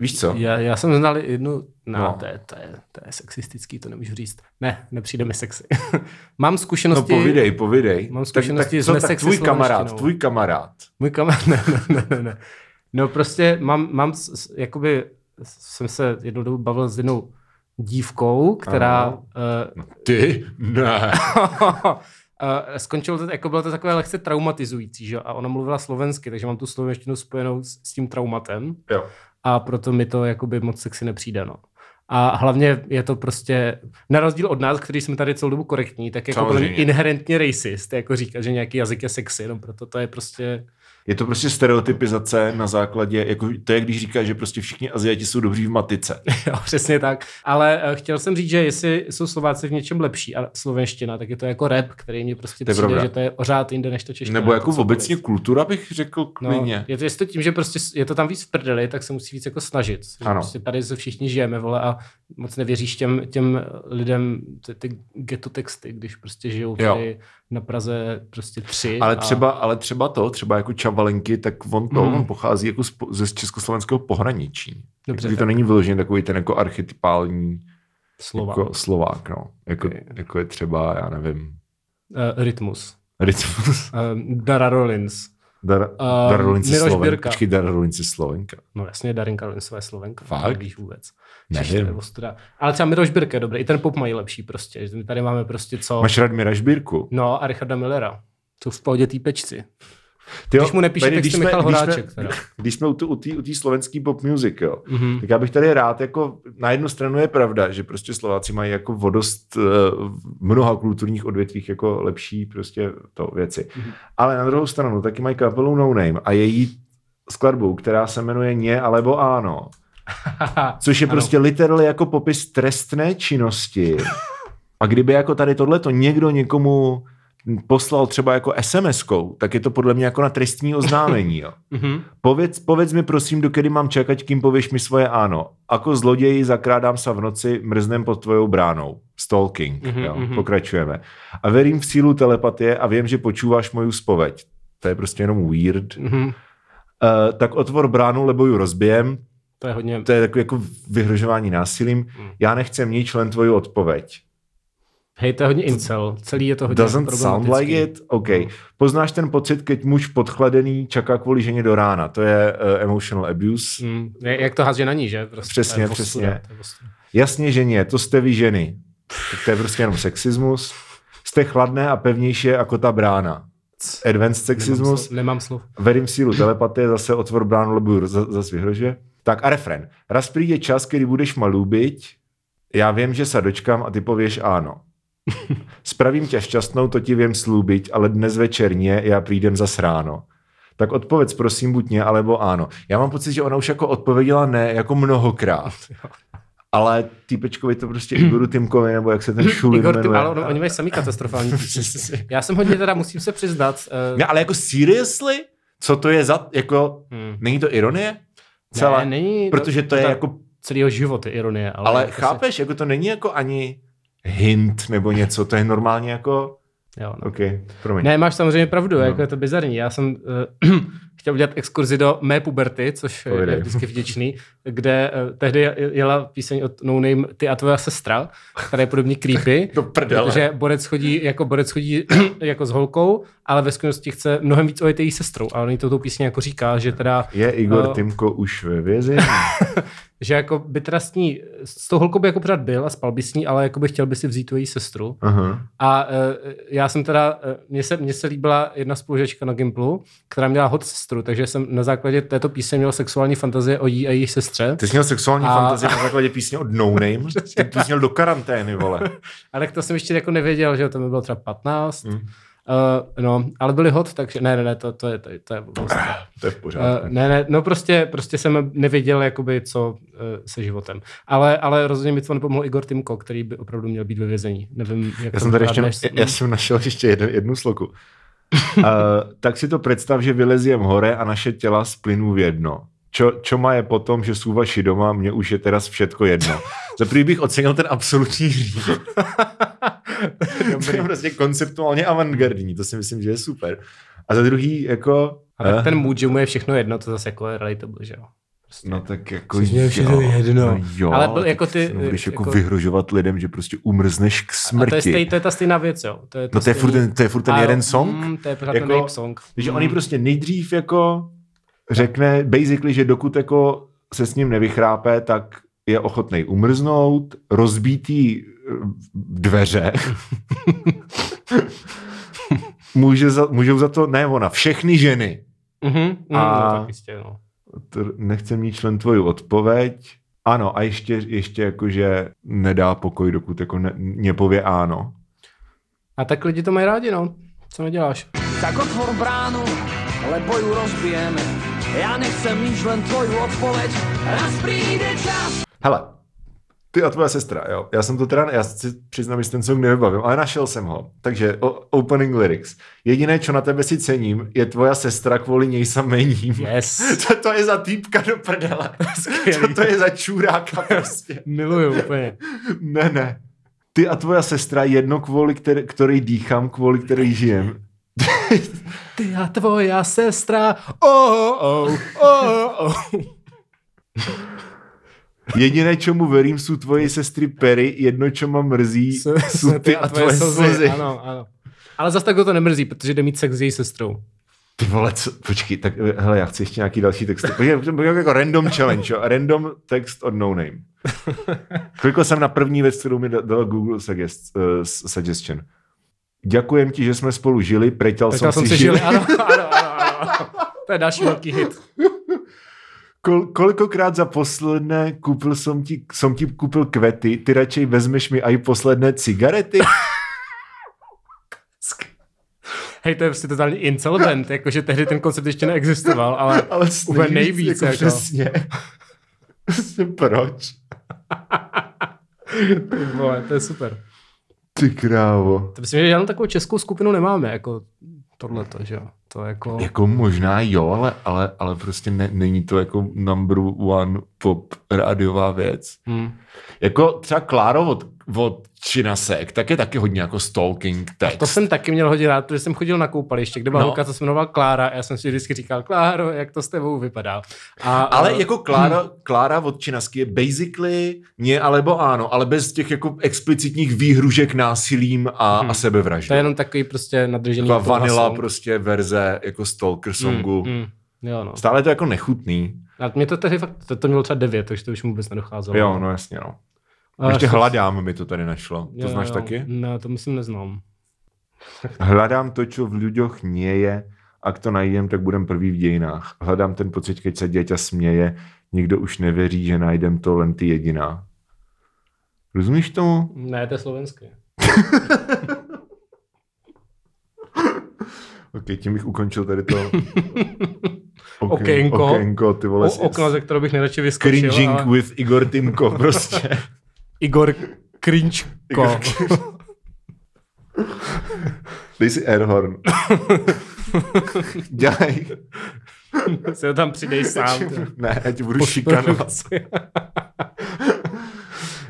Speaker 1: Víš co?
Speaker 2: Já, já jsem znal jednu, no, no.
Speaker 1: No.
Speaker 2: To, je, to, je, to je sexistický, to nemůžu říct. Ne, nepřijde mi sexy. Mám
Speaker 1: No
Speaker 2: zkušenosti,
Speaker 1: povidej, povidej.
Speaker 2: Mám zkušenosti s
Speaker 1: co, tak
Speaker 2: nesexy
Speaker 1: tvůj kamarád,
Speaker 2: slovenštinou.
Speaker 1: tvůj kamarád.
Speaker 2: Můj kamarád, ne, ne, ne, ne. No prostě mám, mám s- s- jakoby, jsem se jednou dobu bavil s jednou dívkou, která eh,
Speaker 1: Ano. Ty? Ne.
Speaker 2: uh, skončilo to, jako bylo to takové lehce traumatizující, že? jo? a ona mluvila slovensky, takže mám tu slovenštinu spojenou s, s tím traumatem
Speaker 1: Jo.
Speaker 2: a proto mi to jakoby moc sexy nepřijde, no. A hlavně je to prostě, na rozdíl od nás, kteří jsme tady celou dobu korektní, tak jako podle mě
Speaker 1: Samozřejmě.
Speaker 2: inherentně racist, jako říkat, že nějaký jazyk je sexy, no proto to je prostě
Speaker 1: Je to prostě stereotypizace na základě, jako to je, když říká, že prostě všichni Aziati jsou dobří v matice.
Speaker 2: Jo, přesně tak. Ale eh, chtěl jsem říct, že jestli jsou Slováci v něčem lepší a slovenština, tak je to jako rap, který mě prostě
Speaker 1: To je
Speaker 2: přijde,
Speaker 1: pravda.
Speaker 2: že to je ořád jinde než ta čeština.
Speaker 1: Nebo jako
Speaker 2: to, co
Speaker 1: obecně
Speaker 2: bude.
Speaker 1: kultura bych řekl
Speaker 2: No,
Speaker 1: klidně.
Speaker 2: je to, jestli to tím, že prostě s- je to tam víc v prdeli, tak se musí víc jako snažit. Že
Speaker 1: Ano.
Speaker 2: Prostě tady se všichni žijeme, vole, a moc nevěříš těm, těm lidem ty, ty ghetto texty, když prostě žijou
Speaker 1: Jo.
Speaker 2: tady na Praze prostě tři.
Speaker 1: Ale
Speaker 2: a-
Speaker 1: třeba, ale třeba to, třeba jako Čavalenky, tak on to,
Speaker 2: Mhm.
Speaker 1: on pochází jako z, po- ze československého pohraničí.
Speaker 2: Dobře,
Speaker 1: Dobře, to
Speaker 2: tak.
Speaker 1: není vyložený takový ten jako archetypální
Speaker 2: Slovák.
Speaker 1: Jako Slovák, no. Jako,
Speaker 2: Ok.
Speaker 1: jako je třeba, já nevím,
Speaker 2: Eh, rytmus.
Speaker 1: Rytmus.
Speaker 2: Eh, Dara Rollins.
Speaker 1: Dar, Dara Rollins je
Speaker 2: Miloš
Speaker 1: Slovenka.
Speaker 2: Birka.
Speaker 1: Počkej, Dara Rollins je Slovenka.
Speaker 2: No jasně, Darinka Lindsová je Slovenka.
Speaker 1: Fakt?
Speaker 2: Nevíš vůbec.
Speaker 1: Nevím.
Speaker 2: Čeština je ostuda. Ale třeba Miroš Birke, dobrý. I ten pop mají lepší prostě. že My tady máme prostě co.
Speaker 1: Máš rád Mira Šbírku?
Speaker 2: No a Richarda Millera. Jsou v pohodě týpečci.
Speaker 1: Ty
Speaker 2: Když mu nepíše texty Michal Horáček,
Speaker 1: Jsme,
Speaker 2: teda.
Speaker 1: když jsme u té u tý- u tý slovenský pop music, jo,
Speaker 2: Mhm.
Speaker 1: tak já bych tady rád, jako na jednu stranu je pravda, že prostě Slováci mají jako vodost v mnoha kulturních odvětvích jako lepší prostě to věci.
Speaker 2: Mhm.
Speaker 1: Ale na druhou stranu taky mají kapelu No Name a její skladbu, která se jmenuje Ně alebo Ano. Což je
Speaker 2: Ano.
Speaker 1: prostě literally jako popis trestné činnosti. A kdyby jako tady tohleto někdo někomu poslal třeba jako SMS-kou, tak je to podle mě jako na trestní oznámení. Jo.
Speaker 2: Mhm.
Speaker 1: Povedz, povedz mi prosím, dokedy mám čekať, kým pověš mi svoje ano. Ako zloději zakrádám sa v noci, mrznem pod tvojou bránou. Stalking.
Speaker 2: Mhm,
Speaker 1: Mm-hmm, jo.
Speaker 2: mhm.
Speaker 1: Pokračujeme. A verím v sílu telepatie a vím, že počúváš moju spoveď. To je prostě jenom weird. Uh,
Speaker 2: Mhm.
Speaker 1: tak otvor bránu, lebo ju rozbijem.
Speaker 2: To je hodně.
Speaker 1: To je takové jako vyhrožování násilím.
Speaker 2: Hmm.
Speaker 1: Já nechcem nič, len tvoji odpoveď.
Speaker 2: Hej, to je hodně incel. Celý je to hodně
Speaker 1: Doesn't sound like
Speaker 2: problematický. Hmm.
Speaker 1: it? OK. Poznáš ten pocit, keď muž podchladený čaká kvůli ženě do rána. To je uh, emotional abuse.
Speaker 2: Mm, je- jak to hází na ní, že? Prostě,
Speaker 1: Přesně,
Speaker 2: to je ostuda,
Speaker 1: přesně.
Speaker 2: to je ostuda.
Speaker 1: Jasně, že ne, to jste vy ženy. Tak to je prostě jenom sexismus. Jste chladné a pevnější jako ta brána.
Speaker 2: C,
Speaker 1: Advanced
Speaker 2: Nemám
Speaker 1: sexismus.
Speaker 2: slov. Nemám slov.
Speaker 1: Verím v sílu telepatie, zase otvor bránu, lebo za- zase vyhrožuje. Tak a refren. Raz přijde čas, kdy budeš malúbiť, já vím, že se dočkám a ty pověš ano. Spravím tě šťastnou, to ti vím slúbiť, ale dnes večerně já přijdem zas ráno. Tak odpověď prosím buď ne, alebo ano. Já mám pocit, že ona už jako odpověděla ne, jako mnohokrát. Ale týpečkovi to prostě Igoru Timkovi, nebo jak se ten šulin
Speaker 2: Igor, ty,
Speaker 1: jmenuje.
Speaker 2: ale on, oni mají samý katastrofální.
Speaker 1: Přesně.
Speaker 2: Já jsem hodně teda, musím se přiznat. Uh,
Speaker 1: Ne, ale jako seriously? Co to je za, jako,
Speaker 2: Hmm.
Speaker 1: Není to ironie? Celá,
Speaker 2: ne, není,
Speaker 1: protože to je
Speaker 2: ta-
Speaker 1: jako,
Speaker 2: celého života ironie. Ale,
Speaker 1: ale
Speaker 2: jako se-
Speaker 1: chápeš, jako to není jako ani hint nebo něco, to je normálně jako,
Speaker 2: Jo, no.
Speaker 1: ok, promiň.
Speaker 2: Ne, máš samozřejmě pravdu, no.
Speaker 1: No.
Speaker 2: jako je to bizarní. Já jsem uh, chtěl udělat exkurzi do mé puberty, což Povědej. je
Speaker 1: Povídej.
Speaker 2: vždycky vděčný, kde uh, tehdy jela píseň od No Name Ty a tvoje sestra, která je podobně creepy.
Speaker 1: Do prdele.
Speaker 2: Protože borec chodí, jako borec chodí jako s holkou, ale ve skutečnosti chce mnohem víc ojet její sestrou. A on jí to tou písně jako říká, že teda
Speaker 1: Je Igor
Speaker 2: No.
Speaker 1: no. Timko už ve vězení?
Speaker 2: že jako by teda s ní, s tou holkou by jako pořád byl a spal by s ní, ale jako by chtěl by si vzít tu její sestru.
Speaker 1: Aha.
Speaker 2: A e, já jsem teda, e, mně se, mně se líbila jedna spolužečka na Gimplu, která měla hot sestru, takže jsem na základě této písně měl sexuální fantazie o jí a její sestře.
Speaker 1: Ty jsi měl sexuální
Speaker 2: A-
Speaker 1: a... fantazii na základě písně od No Name? Ty jsi měl do karantény, vole.
Speaker 2: Ale to jsem ještě jako nevěděl, že jo, to mi bylo třeba 15. Mm.
Speaker 1: Mm.
Speaker 2: no, ale byli hot, takže ne, ne, ne, to, to je, to, je- to je blbost.
Speaker 1: To je v pořádku.
Speaker 2: Uh, ne, ne, no prostě, prostě jsem nevěděl, jakoby, co uh, se životem. Ale, ale rozhodně mi to nepomohl Igor Timko, který by opravdu měl být ve vězení. Nevím, jak
Speaker 1: Já
Speaker 2: to
Speaker 1: jsem tady ještě,
Speaker 2: vypadá
Speaker 1: já- já jsem našel ještě jednu, jednu sloku. Uh, tak si to představ, že vyleziem hore a naše těla splynou v jedno. Čo, čo má je potom, že jsou vaši doma, mně už je teraz všetko jedno. Za prvý bych ocenil ten absolutní hřích. to je prostě konceptuálně avantgardní, to si myslím, že je super. A za druhý, jako...
Speaker 2: Ale
Speaker 1: eh,
Speaker 2: ten mood, že mu je všechno jedno, to zase jako je relatable, že jo. Prostě.
Speaker 1: No tak jako
Speaker 2: Jsi měl všechno jedno.
Speaker 1: No jo,
Speaker 2: Ale byl
Speaker 1: tak
Speaker 2: jako ty,
Speaker 1: no, budeš jako,
Speaker 2: jako-
Speaker 1: vyhrožovat lidem, že prostě umrzneš k
Speaker 2: A to je,
Speaker 1: smrti.
Speaker 2: stej, to je ta stejná věc, jo. To je, to
Speaker 1: no to je furt ten, to je furt ten
Speaker 2: A-
Speaker 1: jeden song?
Speaker 2: Mm, to je pořád
Speaker 1: Jako-
Speaker 2: ten rape song.
Speaker 1: Takže
Speaker 2: Mm.
Speaker 1: on jí prostě nejdřív jako řekne basically, že dokud jako se s ním nevychrápe, tak je ochotnej umrznout, rozbítý eh, dveře. Může za, můžou za to, ne ona, všechny ženy.
Speaker 2: Mhm, mhm,
Speaker 1: A-
Speaker 2: no, tak jistě, no.
Speaker 1: T- Nechcem mít člen tvoji odpověď. Ano, a ještě, ještě jakože nedá pokoj, dokud jako ne, nepově ano.
Speaker 2: A tak lidi to mají rádi, no. Co neděláš?
Speaker 3: Tak otvor bránu, lebo ju rozbijeme. Ja nechcem nič, len tvoju odpoveď. Raz príde čas,
Speaker 1: Hele, ty a tvoje sestra, jo. Já jsem to teda, já si přiznám, že ten song nevybavím, ale našel jsem ho. Takže o, opening lyrics. Jediné, co na tebe si cením, je tvoja sestra, kvůli něj samením.
Speaker 2: Yes.
Speaker 1: Co to je za týpka do prdele?
Speaker 2: Skvělý.
Speaker 1: Co to je za čůráka prostě?
Speaker 2: Miluju úplně.
Speaker 1: Ne, ne. Ty a tvoja sestra jedno kvůli, který, který dýchám, kvůli který žijem.
Speaker 2: Ty a tvoja sestra, oh, oh, oh, oh.
Speaker 1: Jediné, čemu verím, jsou tvoje sestry pery, jedno, čo mám mrzí,
Speaker 2: S-
Speaker 1: jsou ty a tvoje slzy.
Speaker 2: Ano, ano. Ale zase tak ho to nemrzí, protože jde mít sex s její sestrou.
Speaker 1: Ty vole, co? počkej, tak eh, hele, já chci ještě nějaký další text. Počkej, to bylo jako random challenge, jo? random text od no name. Klikl jsem na první věc, kterou mi da- dal Google suggest, uh, suggestion. Děkujem ti, že jsme spolu žili, preťal
Speaker 2: Tak já
Speaker 1: jsem,
Speaker 2: jsem se žil, ano, ano, ano, ano. To je další velký hit.
Speaker 1: Kol, kolikokrát za posledné koupil jsem ti, jsem ti koupil kvety, ty radšej vezmeš mi i posledné cigarety?
Speaker 2: Hej, to je prostě totálně insolvent, jakože tehdy ten koncept ještě neexistoval, ale,
Speaker 1: Ale
Speaker 2: úplně nejvíc. Jako,
Speaker 1: Přesně. Přesně proč?
Speaker 2: Ty Vole, to je super.
Speaker 1: Ty krávo.
Speaker 2: To myslím, že žádnou takovou českou skupinu nemáme, jako tohleto, že jo. To je jako...
Speaker 1: Jako možná jo, ale, ale, ale prostě ne, není to jako number one pop rádiová věc.
Speaker 2: Hmm.
Speaker 1: Jako třeba Kláro od, od Činasek, tak je taky hodně jako stalking text.
Speaker 2: To jsem taky měl hodně rád, protože jsem chodil na koupaliště, kde byla
Speaker 1: No.
Speaker 2: no. holka, co se jmenovala Klára a já jsem si vždycky říkal, Kláro, jak to s tebou vypadá. A,
Speaker 1: ale
Speaker 2: a-
Speaker 1: jako Klára, Klára od Činasky je basically ně alebo ano, ale bez těch jako explicitních výhružek násilím a, hmm. a sebevraždy.
Speaker 2: To je jenom takový prostě nadržený.
Speaker 1: Taková
Speaker 2: jako
Speaker 1: vanila
Speaker 2: hlasong.
Speaker 1: prostě verze jako stalker songu. Hmm, hmm.
Speaker 2: Mm, jo, no.
Speaker 1: Stále je to jako nechutný.
Speaker 2: A mě to tehdy fakt, to, to mělo třeba 9, takže to už mu vůbec nedocházelo.
Speaker 1: Jo, no jasně no.
Speaker 2: A
Speaker 1: Ještě
Speaker 2: šest-
Speaker 1: hladám mi to tady našlo. To
Speaker 2: jo,
Speaker 1: znáš
Speaker 2: jo.
Speaker 1: taky?
Speaker 2: Ne, to myslím neznám.
Speaker 1: Hľadám to, čo v ľuďoch nie je. Ak to najdem, tak budem prvý v dějinách. Hľadám ten pocit, keď sa dieťa směje. Nikdo už nevěří, že najdem to len ty jediná. Rozumíš tomu?
Speaker 2: Ne, to je slovenské.
Speaker 1: Ok, tím bych ukončil tady to.
Speaker 2: Okénko.
Speaker 1: Okénko, ty vole.
Speaker 2: O, okno, ze kterého bych nejradši vyskočil.
Speaker 1: Cringing
Speaker 2: ale-
Speaker 1: with Igor Timko, prostě.
Speaker 2: Igor Krinčko.
Speaker 1: Igor Dej si airhorn. Dělej.
Speaker 2: Se ho tam přidej sám. ty.
Speaker 1: Ne, já ti budu šikanovat.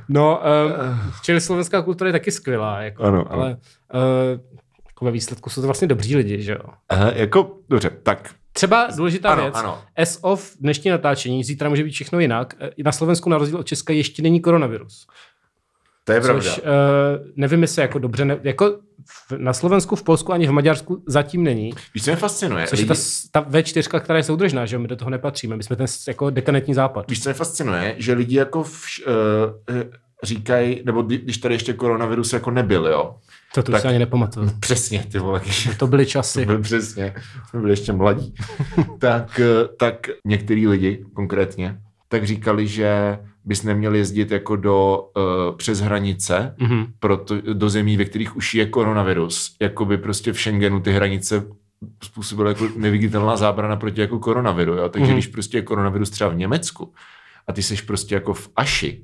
Speaker 2: No, um, čili slovenská kultura je taky skvělá, jako,
Speaker 1: Ano, ano.
Speaker 2: ale uh, jako ve výsledku jsou to vlastně dobří lidi, že jo.
Speaker 1: Aha, jako, dobře, tak.
Speaker 2: Třeba důležitá
Speaker 1: Ano,
Speaker 2: věc.
Speaker 1: ano.
Speaker 2: S of dnešní natáčení, zítra může být všechno jinak. Eh, Na Slovensku na rozdíl od Česka ještě není koronavirus.
Speaker 1: To je pravda.
Speaker 2: Což uh, nevím, jestli jako dobře, ne, jako v, na Slovensku, v Polsku ani v Maďarsku zatím není.
Speaker 1: Víš, co mě fascinuje?
Speaker 2: Což je
Speaker 1: Lidi-
Speaker 2: ta, s- ta V4, která je soudržná, že jo, my do toho nepatříme. My jsme ten s- jako dekadentní západ.
Speaker 1: Víš, co mě fascinuje, že lidi jako vš, uh, říkají, nebo kdy- když tady ještě koronavirus jako nebyl, jo.
Speaker 2: To
Speaker 1: tak- Mhm.
Speaker 2: tu tak... si ani nepamatuju.
Speaker 1: Přesně, ty vole, když
Speaker 2: To byly časy.
Speaker 1: byl přesně, jsme byli ještě mladí. tak, eh, tak některý lidi konkrétně, tak říkali, že bys neměl jezdit jako do, uh, přes hranice,
Speaker 2: Mhm.
Speaker 1: proto, do zemí, ve kterých už je koronavirus. Jakoby prostě v Schengenu ty hranice způsobila jako neviditelná zábrana proti jako koronaviru. Jo? Takže mm-hmm.
Speaker 2: Mhm.
Speaker 1: když prostě je koronavirus třeba v Německu a ty seš prostě jako v Aši,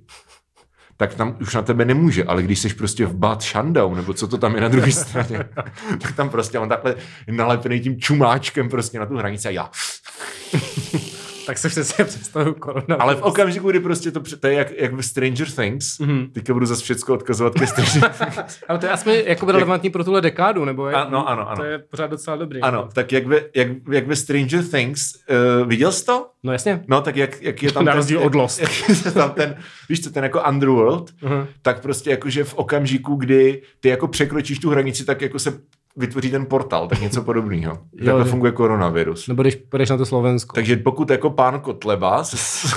Speaker 1: tak tam už na tebe nemůže, ale když seš prostě v Bad Shandau, nebo co to tam je na druhé straně, tak tam prostě on takhle nalepený tím čumáčkem prostě na tu hranici a já.
Speaker 2: Tak se přesně představuju koronavirus.
Speaker 1: Ale v okamžiku, kdy prostě to, pře- to je jak, jak v Stranger Things, mm-hmm.
Speaker 2: Mhm.
Speaker 1: teďka budu zase všecko odkazovat ke Stranger Things.
Speaker 2: Ale to je aspoň jako relevantní pro tuhle dekádu, nebo je,
Speaker 1: Ano, ano, ano.
Speaker 2: to je pořád docela dobrý.
Speaker 1: Ano, tak jak ve, jak, jak ve Stranger Things, uh, viděl jsi to?
Speaker 2: No jasně.
Speaker 1: No, tak jak, jak je tam
Speaker 2: Na
Speaker 1: ten,
Speaker 2: rozdíl od Lost.
Speaker 1: Jak, jak je tam ten, víš co, ten jako Underworld,
Speaker 2: Mhm.
Speaker 1: tak prostě jakože v okamžiku, kdy ty jako překročíš tu hranici, tak jako se vytvoří ten portál, tak něco podobného.
Speaker 2: Jo, No.
Speaker 1: Takhle
Speaker 2: že-
Speaker 1: funguje koronavirus.
Speaker 2: Nebo když půjdeš na to Slovensko.
Speaker 1: Takže pokud jako pán Kotleba s- s-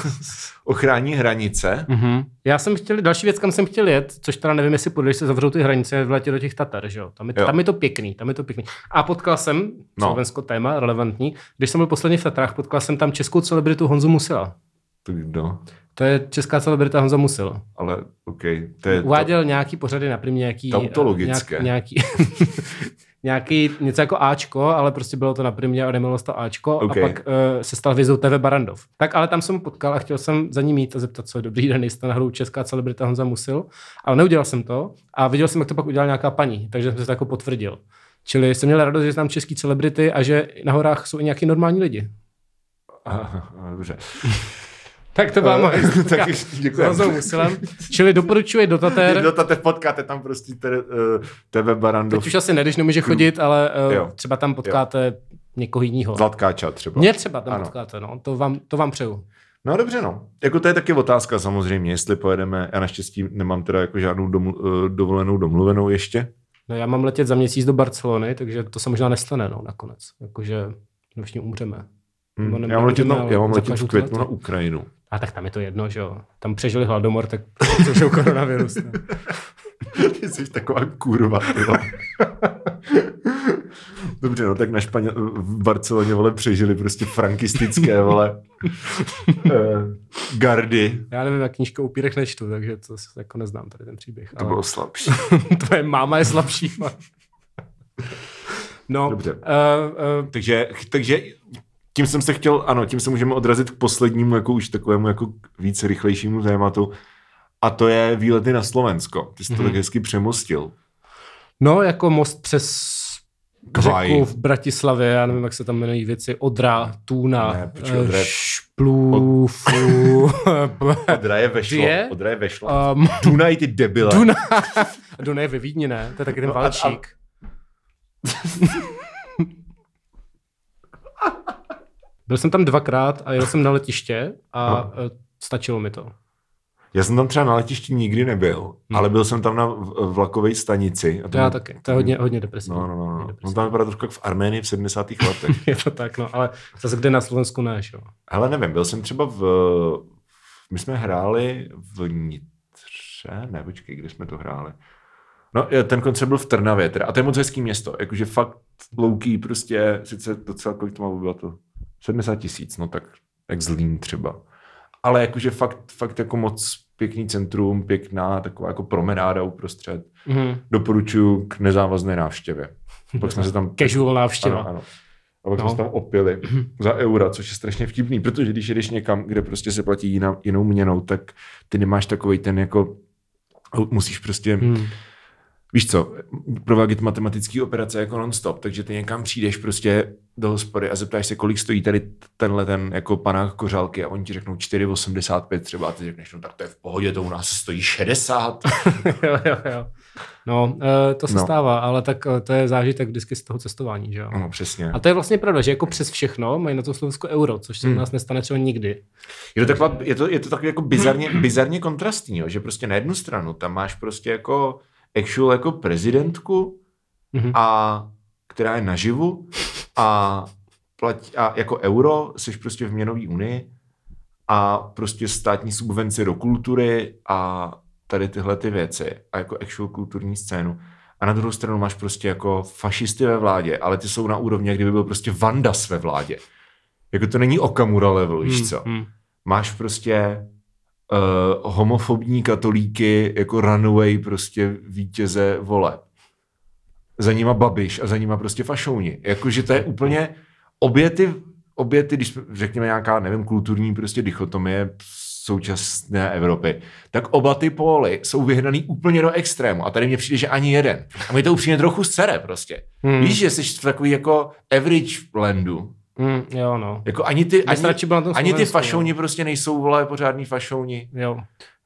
Speaker 1: ochrání hranice,
Speaker 2: Mm-hmm. Já jsem chtěl, další věc, kam jsem chtěl jet, což teda nevím, jestli půjde, když se zavřou ty hranice v letě do těch Tatar, že jo? Tam je,
Speaker 1: Jo.
Speaker 2: tam je to pěkný, tam je to pěkný. A potkal jsem,
Speaker 1: No.
Speaker 2: no. Slovensko téma, relevantní, když jsem byl posledně v Tatrách, potkal jsem tam českou celebritu Honzu Musila.
Speaker 1: to kdo?
Speaker 2: To je česká celebrita Honza Musil.
Speaker 1: no, Ale OK, to je to.
Speaker 2: Uváděl nějaký pořady na primě, nějaký...
Speaker 1: Tam to logické.
Speaker 2: Nějak, nějaký, nějaký, něco jako Ačko, ale prostě bylo to na primě a nemělo se to Ačko
Speaker 1: OK.
Speaker 2: a pak uh, se stal hvězdou TV Barandov. Tak ale tam jsem ho potkal a chtěl jsem za ním mít a zeptat se, dobrý den, jste na hru česká celebrita Honza Musil. A neudělal jsem to a viděl jsem, jak to pak udělala nějaká paní, takže jsem se to jako potvrdil. Čili jsem měl radost, že znám český celebrity a že na horách jsou i nějaký normální lidi.
Speaker 1: Aha, aha, Dobře.
Speaker 2: Tak to
Speaker 1: Eh,
Speaker 2: byla moje
Speaker 1: tak
Speaker 2: historka s Honzou
Speaker 1: děkuji.
Speaker 2: Musilem. Čili doporučuji dotatér.
Speaker 1: Dotate potkáte tam prostě te, eh, tebe Barandov,
Speaker 2: Teď už asi ne, když nemůže chodit, ale
Speaker 1: Hmm. Jo.
Speaker 2: uh, třeba tam potkáte někoho jiného.
Speaker 1: Zlatkáča třeba.
Speaker 2: Mě třeba tam
Speaker 1: Ano.
Speaker 2: potkáte, no. To vám, to vám přeju.
Speaker 1: No dobře, no. Jako to je taky otázka samozřejmě, jestli pojedeme, já naštěstí nemám teda jako žádnou doml- eh, dovolenou domluvenou ještě.
Speaker 2: No já mám letět za měsíc do Barcelony, takže to se možná nestane, no, nakonec. Jakože no, všichni umřeme. Nebo
Speaker 1: Hm.
Speaker 2: ne-
Speaker 1: Já mám letět,
Speaker 2: nebudeme,
Speaker 1: na,
Speaker 2: ale
Speaker 1: já mám letět
Speaker 2: zakažou
Speaker 1: v
Speaker 2: to
Speaker 1: květnu na
Speaker 2: letět.
Speaker 1: Ukrajinu.
Speaker 2: A tak tam je to jedno, že jo. Tam přežili hladomor, tak přežil koronavirus. No.
Speaker 1: Ty jsi taková kurva, ty vole. Dobře, no tak na Španě, v Barceloně, vole, přežili prostě frankistické, vole, eh, gardy.
Speaker 2: Já nevím, jak knížka o upírech nečtu, takže to s- jako neznám tady ten příběh.
Speaker 1: To
Speaker 2: ale-
Speaker 1: bylo slabší.
Speaker 2: Tvoje máma je slabší. No,
Speaker 1: Dobře.
Speaker 2: Uh, uh,
Speaker 1: Takže, takže tím jsem se chtěl, ano, tím se můžeme odrazit k poslednímu, jako už takovému jako víc rychlejšímu tématu. A to je výlety na Slovensko. Ty jsi to mm-hmm. tak hezky přemostil.
Speaker 2: no, jako most přes
Speaker 1: Kvaj.
Speaker 2: řeku v Bratislavě, já nevím, jak se tam jmenují věci, Odra, Tuna,
Speaker 1: Ne, počkej,
Speaker 2: eh,
Speaker 1: Odra je-
Speaker 2: Šplů, Fu, p-
Speaker 1: Odra je vešlo.
Speaker 2: Je?
Speaker 1: Odra je vešlo.
Speaker 2: um,
Speaker 1: Dunaj, ty debile.
Speaker 2: Duna. Duna je ve Vídni, ne? To je taky ten
Speaker 1: No a- a-
Speaker 2: valčík. Byl jsem tam dvakrát a jel jsem na letiště a
Speaker 1: No.
Speaker 2: eh, stačilo mi to.
Speaker 1: Já jsem tam třeba na letišti nikdy nebyl,
Speaker 2: Mhm.
Speaker 1: ale byl jsem tam na v- vlakové stanici. A
Speaker 2: To já taky. To je hodně, hodně depresivní.
Speaker 1: No, no, no.
Speaker 2: Hodně
Speaker 1: no. no
Speaker 2: depresivní.
Speaker 1: tam vypadá trošku jak v Arménii v 70. letech.
Speaker 2: Je to tak, no, ale zase kde na Slovensku ne, že jo.
Speaker 1: Hele, nevím, byl jsem třeba v... My jsme hráli v Nitře, ne, počkej, kde jsme to hráli? No, je- ten koncert byl v Trnavě, teda, a to je moc hezký město, jakože fakt louký, prostě, sice docela, kolik to má obyvatel? 70 tisíc, no tak, jak Zlín třeba. Ale jakože fakt, fakt jako moc pěkný centrum, pěkná taková jako promenáda uprostřed.
Speaker 2: Mhm.
Speaker 1: Doporučuju k nezávazné návštěvě. Pak jsme se tam...
Speaker 2: Casual návštěva.
Speaker 1: Ano, ano. A pak
Speaker 2: No.
Speaker 1: no. jsme se tam opili za eura, což je strašně vtipný, protože když jedeš někam, kde prostě se platí jiná, jinou měnou, tak ty nemáš takový ten jako musíš prostě, hmm.
Speaker 2: Hmm.
Speaker 1: víš co, provádět matematické operace jako non-stop, takže ty někam přijdeš prostě do hospody a zeptáš se, kolik stojí tady tenhle ten jako panák kořálky a oni ti řeknou 4,85 třeba a ty řekneš, no tak to je v pohodě, to u nás stojí 60.
Speaker 2: jo, jo, jo. No, eh, to se
Speaker 1: No.
Speaker 2: stává, ale tak eh, to je zážitek vždycky z toho cestování, že jo.
Speaker 1: No přesně.
Speaker 2: A to je vlastně pravda, že jako přes všechno mají na to Slovensko euro, což se u
Speaker 1: Hmm.
Speaker 2: nás nestane třeba nikdy.
Speaker 1: Je to, taková, je to, je to takový
Speaker 2: Hmm.
Speaker 1: jako bizarně, bizarně kontrastní, jo? že prostě na jednu stranu tam máš prostě jako actual jako prezidentku,
Speaker 2: Mhm.
Speaker 1: a, která je naživu a, platí, a jako euro jsi prostě v měnové unii a prostě státní subvenci do kultury a tady tyhle ty věci a jako actual kulturní scénu. A na druhou stranu máš prostě jako fašisty ve vládě, ale ty jsou na úrovni, jak kdyby byl prostě Vandas ve vládě. Jako to není Okamura level, víš co?
Speaker 2: Hmm.
Speaker 1: máš prostě uh, homofobní katolíky jako runaway prostě vítěze voleb. Za nima Babiš a za nima prostě fašouni. Jakože to je úplně obě ty, obě ty, když řekněme nějaká, nevím, kulturní prostě dichotomie současné Evropy, tak oba ty póly jsou vyhnaný úplně do extrému a tady mně přijde, že ani jeden. A mi to upřímně trochu sere prostě.
Speaker 2: Hmm.
Speaker 1: Hmm. Víš, že jsi v takový jako average landu,
Speaker 2: Hmm, jo, no.
Speaker 1: jako ani ty,
Speaker 2: Ani,
Speaker 1: ani,
Speaker 2: radši byl na tom
Speaker 1: ani ty
Speaker 2: Slovensku,
Speaker 1: fašouni prostě nejsou, vole, pořádní fašouni.
Speaker 2: no. Jo.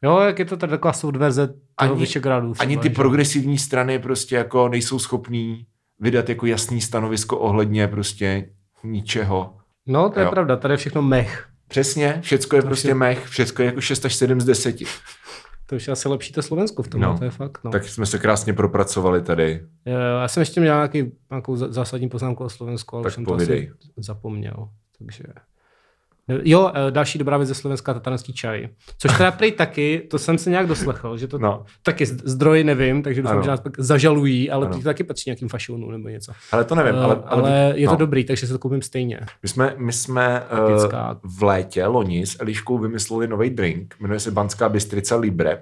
Speaker 2: jo, jak je to tady taková subverze toho
Speaker 1: Ani-
Speaker 2: Vyšegrádu.
Speaker 1: Ani
Speaker 2: třeba,
Speaker 1: ty
Speaker 2: že?
Speaker 1: progresivní strany prostě jako nejsou schopní vydat jako jasný stanovisko ohledně prostě ničeho.
Speaker 2: No, to je
Speaker 1: Jo.
Speaker 2: pravda, tady je všechno mech.
Speaker 1: Přesně, všecko je prostě
Speaker 2: je-
Speaker 1: mech, všecko je jako 6 až 7 z 10.
Speaker 2: To už je asi lepší to Slovensko v tom,
Speaker 1: No.
Speaker 2: to je fakt. No.
Speaker 1: Tak jsme se krásně propracovali tady,
Speaker 2: Jo, Já jsem ještě měl nějaký, nějakou za- zásadní poznámku o Slovensku, ale
Speaker 1: tak
Speaker 2: už jsem to
Speaker 1: povidej.
Speaker 2: asi zapomněl. Takže... Ne- Jo, eh, další dobrá věc ze Slovenska, tatanský čaj. Což teda prý taky, to jsem se nějak doslechl, že to
Speaker 1: No.
Speaker 2: taky z- zdroj nevím, takže doufám,
Speaker 1: Ano.
Speaker 2: že nás pak zažalují, ale
Speaker 1: Ano.
Speaker 2: prý to taky patří nějakým fašounům nebo něco.
Speaker 1: Ale to nevím,
Speaker 2: Eh,
Speaker 1: ale,
Speaker 2: ale je to
Speaker 1: no.
Speaker 2: dobrý, takže se to koupím stejně.
Speaker 1: My jsme, my jsme uh,
Speaker 2: Taktická.
Speaker 1: v létě loni s Eliškou vymysleli nový drink, jmenuje se Banská Bystrica Libre.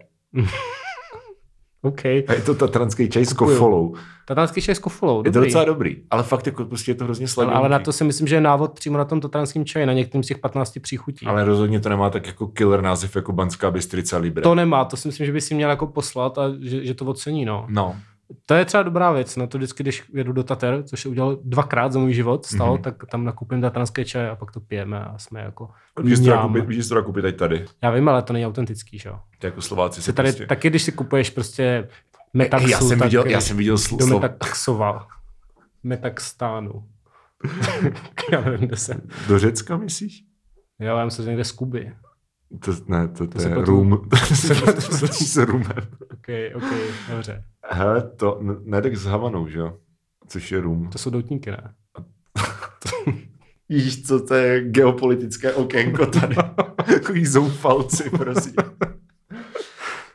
Speaker 2: OK.
Speaker 1: A je to tatranský čaj s kofolou.
Speaker 2: Tatánský čaj s kofulou,
Speaker 1: Je to
Speaker 2: dobrý.
Speaker 1: docela dobrý, ale fakt jako prostě je to hrozně
Speaker 2: ale,
Speaker 1: sladký.
Speaker 2: ale, na to si myslím, že je návod přímo na tom tatánském čaji, na některým z těch 15 příchutí.
Speaker 1: ale rozhodně to nemá tak jako killer název jako Banská Bystrica Libre.
Speaker 2: To nemá, to si myslím, že by si měl jako poslat a že, že to ocení, no.
Speaker 1: No,
Speaker 2: To je třeba dobrá věc, na to vždycky, když jedu do Tater, což se udělal dvakrát za můj život,
Speaker 1: Mhm.
Speaker 2: stalo, mm-hmm. tak tam nakoupím tatranské čaje a pak to pijeme a jsme jako
Speaker 1: můžeš to
Speaker 2: mňám.
Speaker 1: koupit- můžeš to koupit tady tady.
Speaker 2: Já vím, ale to není autentický, že jo.
Speaker 1: To je jako Slováci
Speaker 2: Se
Speaker 1: se
Speaker 2: tady
Speaker 1: prostě...
Speaker 2: taky, když si kupuješ prostě metaxu,
Speaker 1: Ej, já jsem
Speaker 2: tak
Speaker 1: viděl, já
Speaker 2: jdeš
Speaker 1: jsem viděl sl-
Speaker 2: do
Speaker 1: slo...
Speaker 2: metaxova, metaxtánu. já nevím, kde jsem.
Speaker 1: Do Řecka, myslíš?
Speaker 2: Jo, já myslím, že někde z Kuby.
Speaker 1: To, ne, to, to,
Speaker 2: se
Speaker 1: je
Speaker 2: potom-
Speaker 1: rum. To se
Speaker 2: se
Speaker 1: potom
Speaker 2: potom-
Speaker 1: stačí se rumem.
Speaker 2: OK, OK, dobře.
Speaker 1: Hele, to n- ne tak s Havanou, že jo? Což je rum.
Speaker 2: To jsou doutníky, ne?
Speaker 1: Víš, co to je geopolitické okénko tady. Takový zoufalci, prosím.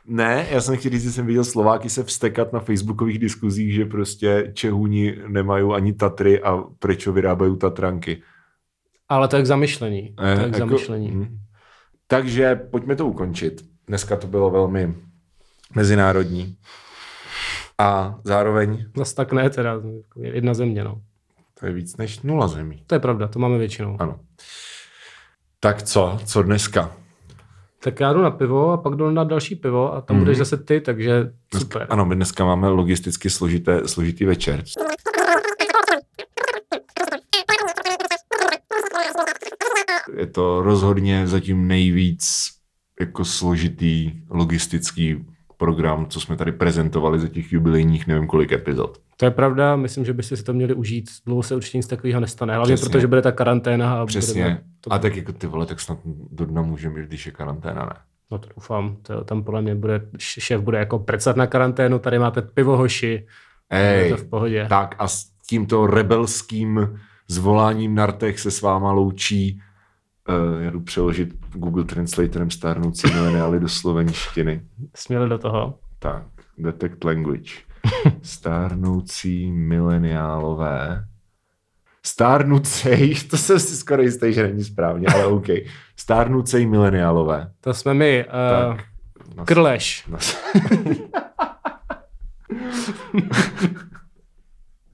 Speaker 1: Ne, já jsem chtěl říct, že jsem viděl Slováky se vstekat na facebookových diskuzích, že prostě Čehuni nemají ani Tatry a prečo vyrábají Tatranky.
Speaker 2: Ale to je k zamyšlení. To je k zamyšlení.
Speaker 1: hm. Takže pojďme to ukončit. Dneska to bylo velmi mezinárodní. A zároveň
Speaker 2: Zas tak ne, teda jedna země, no.
Speaker 1: to je víc než nula zemí.
Speaker 2: To je pravda, to máme většinou.
Speaker 1: Ano. Tak co? Co dneska?
Speaker 2: Tak já jdu na pivo a pak jdu na další pivo a tam
Speaker 1: Mhm.
Speaker 2: mm-hmm. budeš zase ty, takže super.
Speaker 1: Ano, my dneska máme logisticky složité, složitý večer. Je to rozhodně zatím nejvíc jako složitý logistický program, co jsme tady prezentovali za těch jubilejních nevím kolik epizod.
Speaker 2: To je pravda, myslím, že byste si to měli užít. Dlouho se určitě nic takového nestane, hlavně
Speaker 1: Přesně.
Speaker 2: Přesně. protože bude ta karanténa. A
Speaker 1: Přesně.
Speaker 2: Budeme, to,
Speaker 1: A tak jako ty vole, tak snad do dna můžeme, když je karanténa, ne?
Speaker 2: No to doufám, to, tam podle mě bude, š- šéf bude jako precat na karanténu, tady máte pivo hoši, je
Speaker 1: Ej,
Speaker 2: to v pohodě.
Speaker 1: tak a s tímto rebelským zvoláním na rtech se s váma loučí uh, já jdu přeložit Google Translatorem stárnoucí mileniály do slovenštiny.
Speaker 2: Směli do toho.
Speaker 1: Tak, detect language. Stárnoucí mileniálové. Stárnucej, to jsem si skoro jistý, že není správně, ale OK. Stárnucej mileniálové.
Speaker 2: To jsme my. Uh,
Speaker 1: Tak. Nas-
Speaker 2: Krleš.
Speaker 1: nas-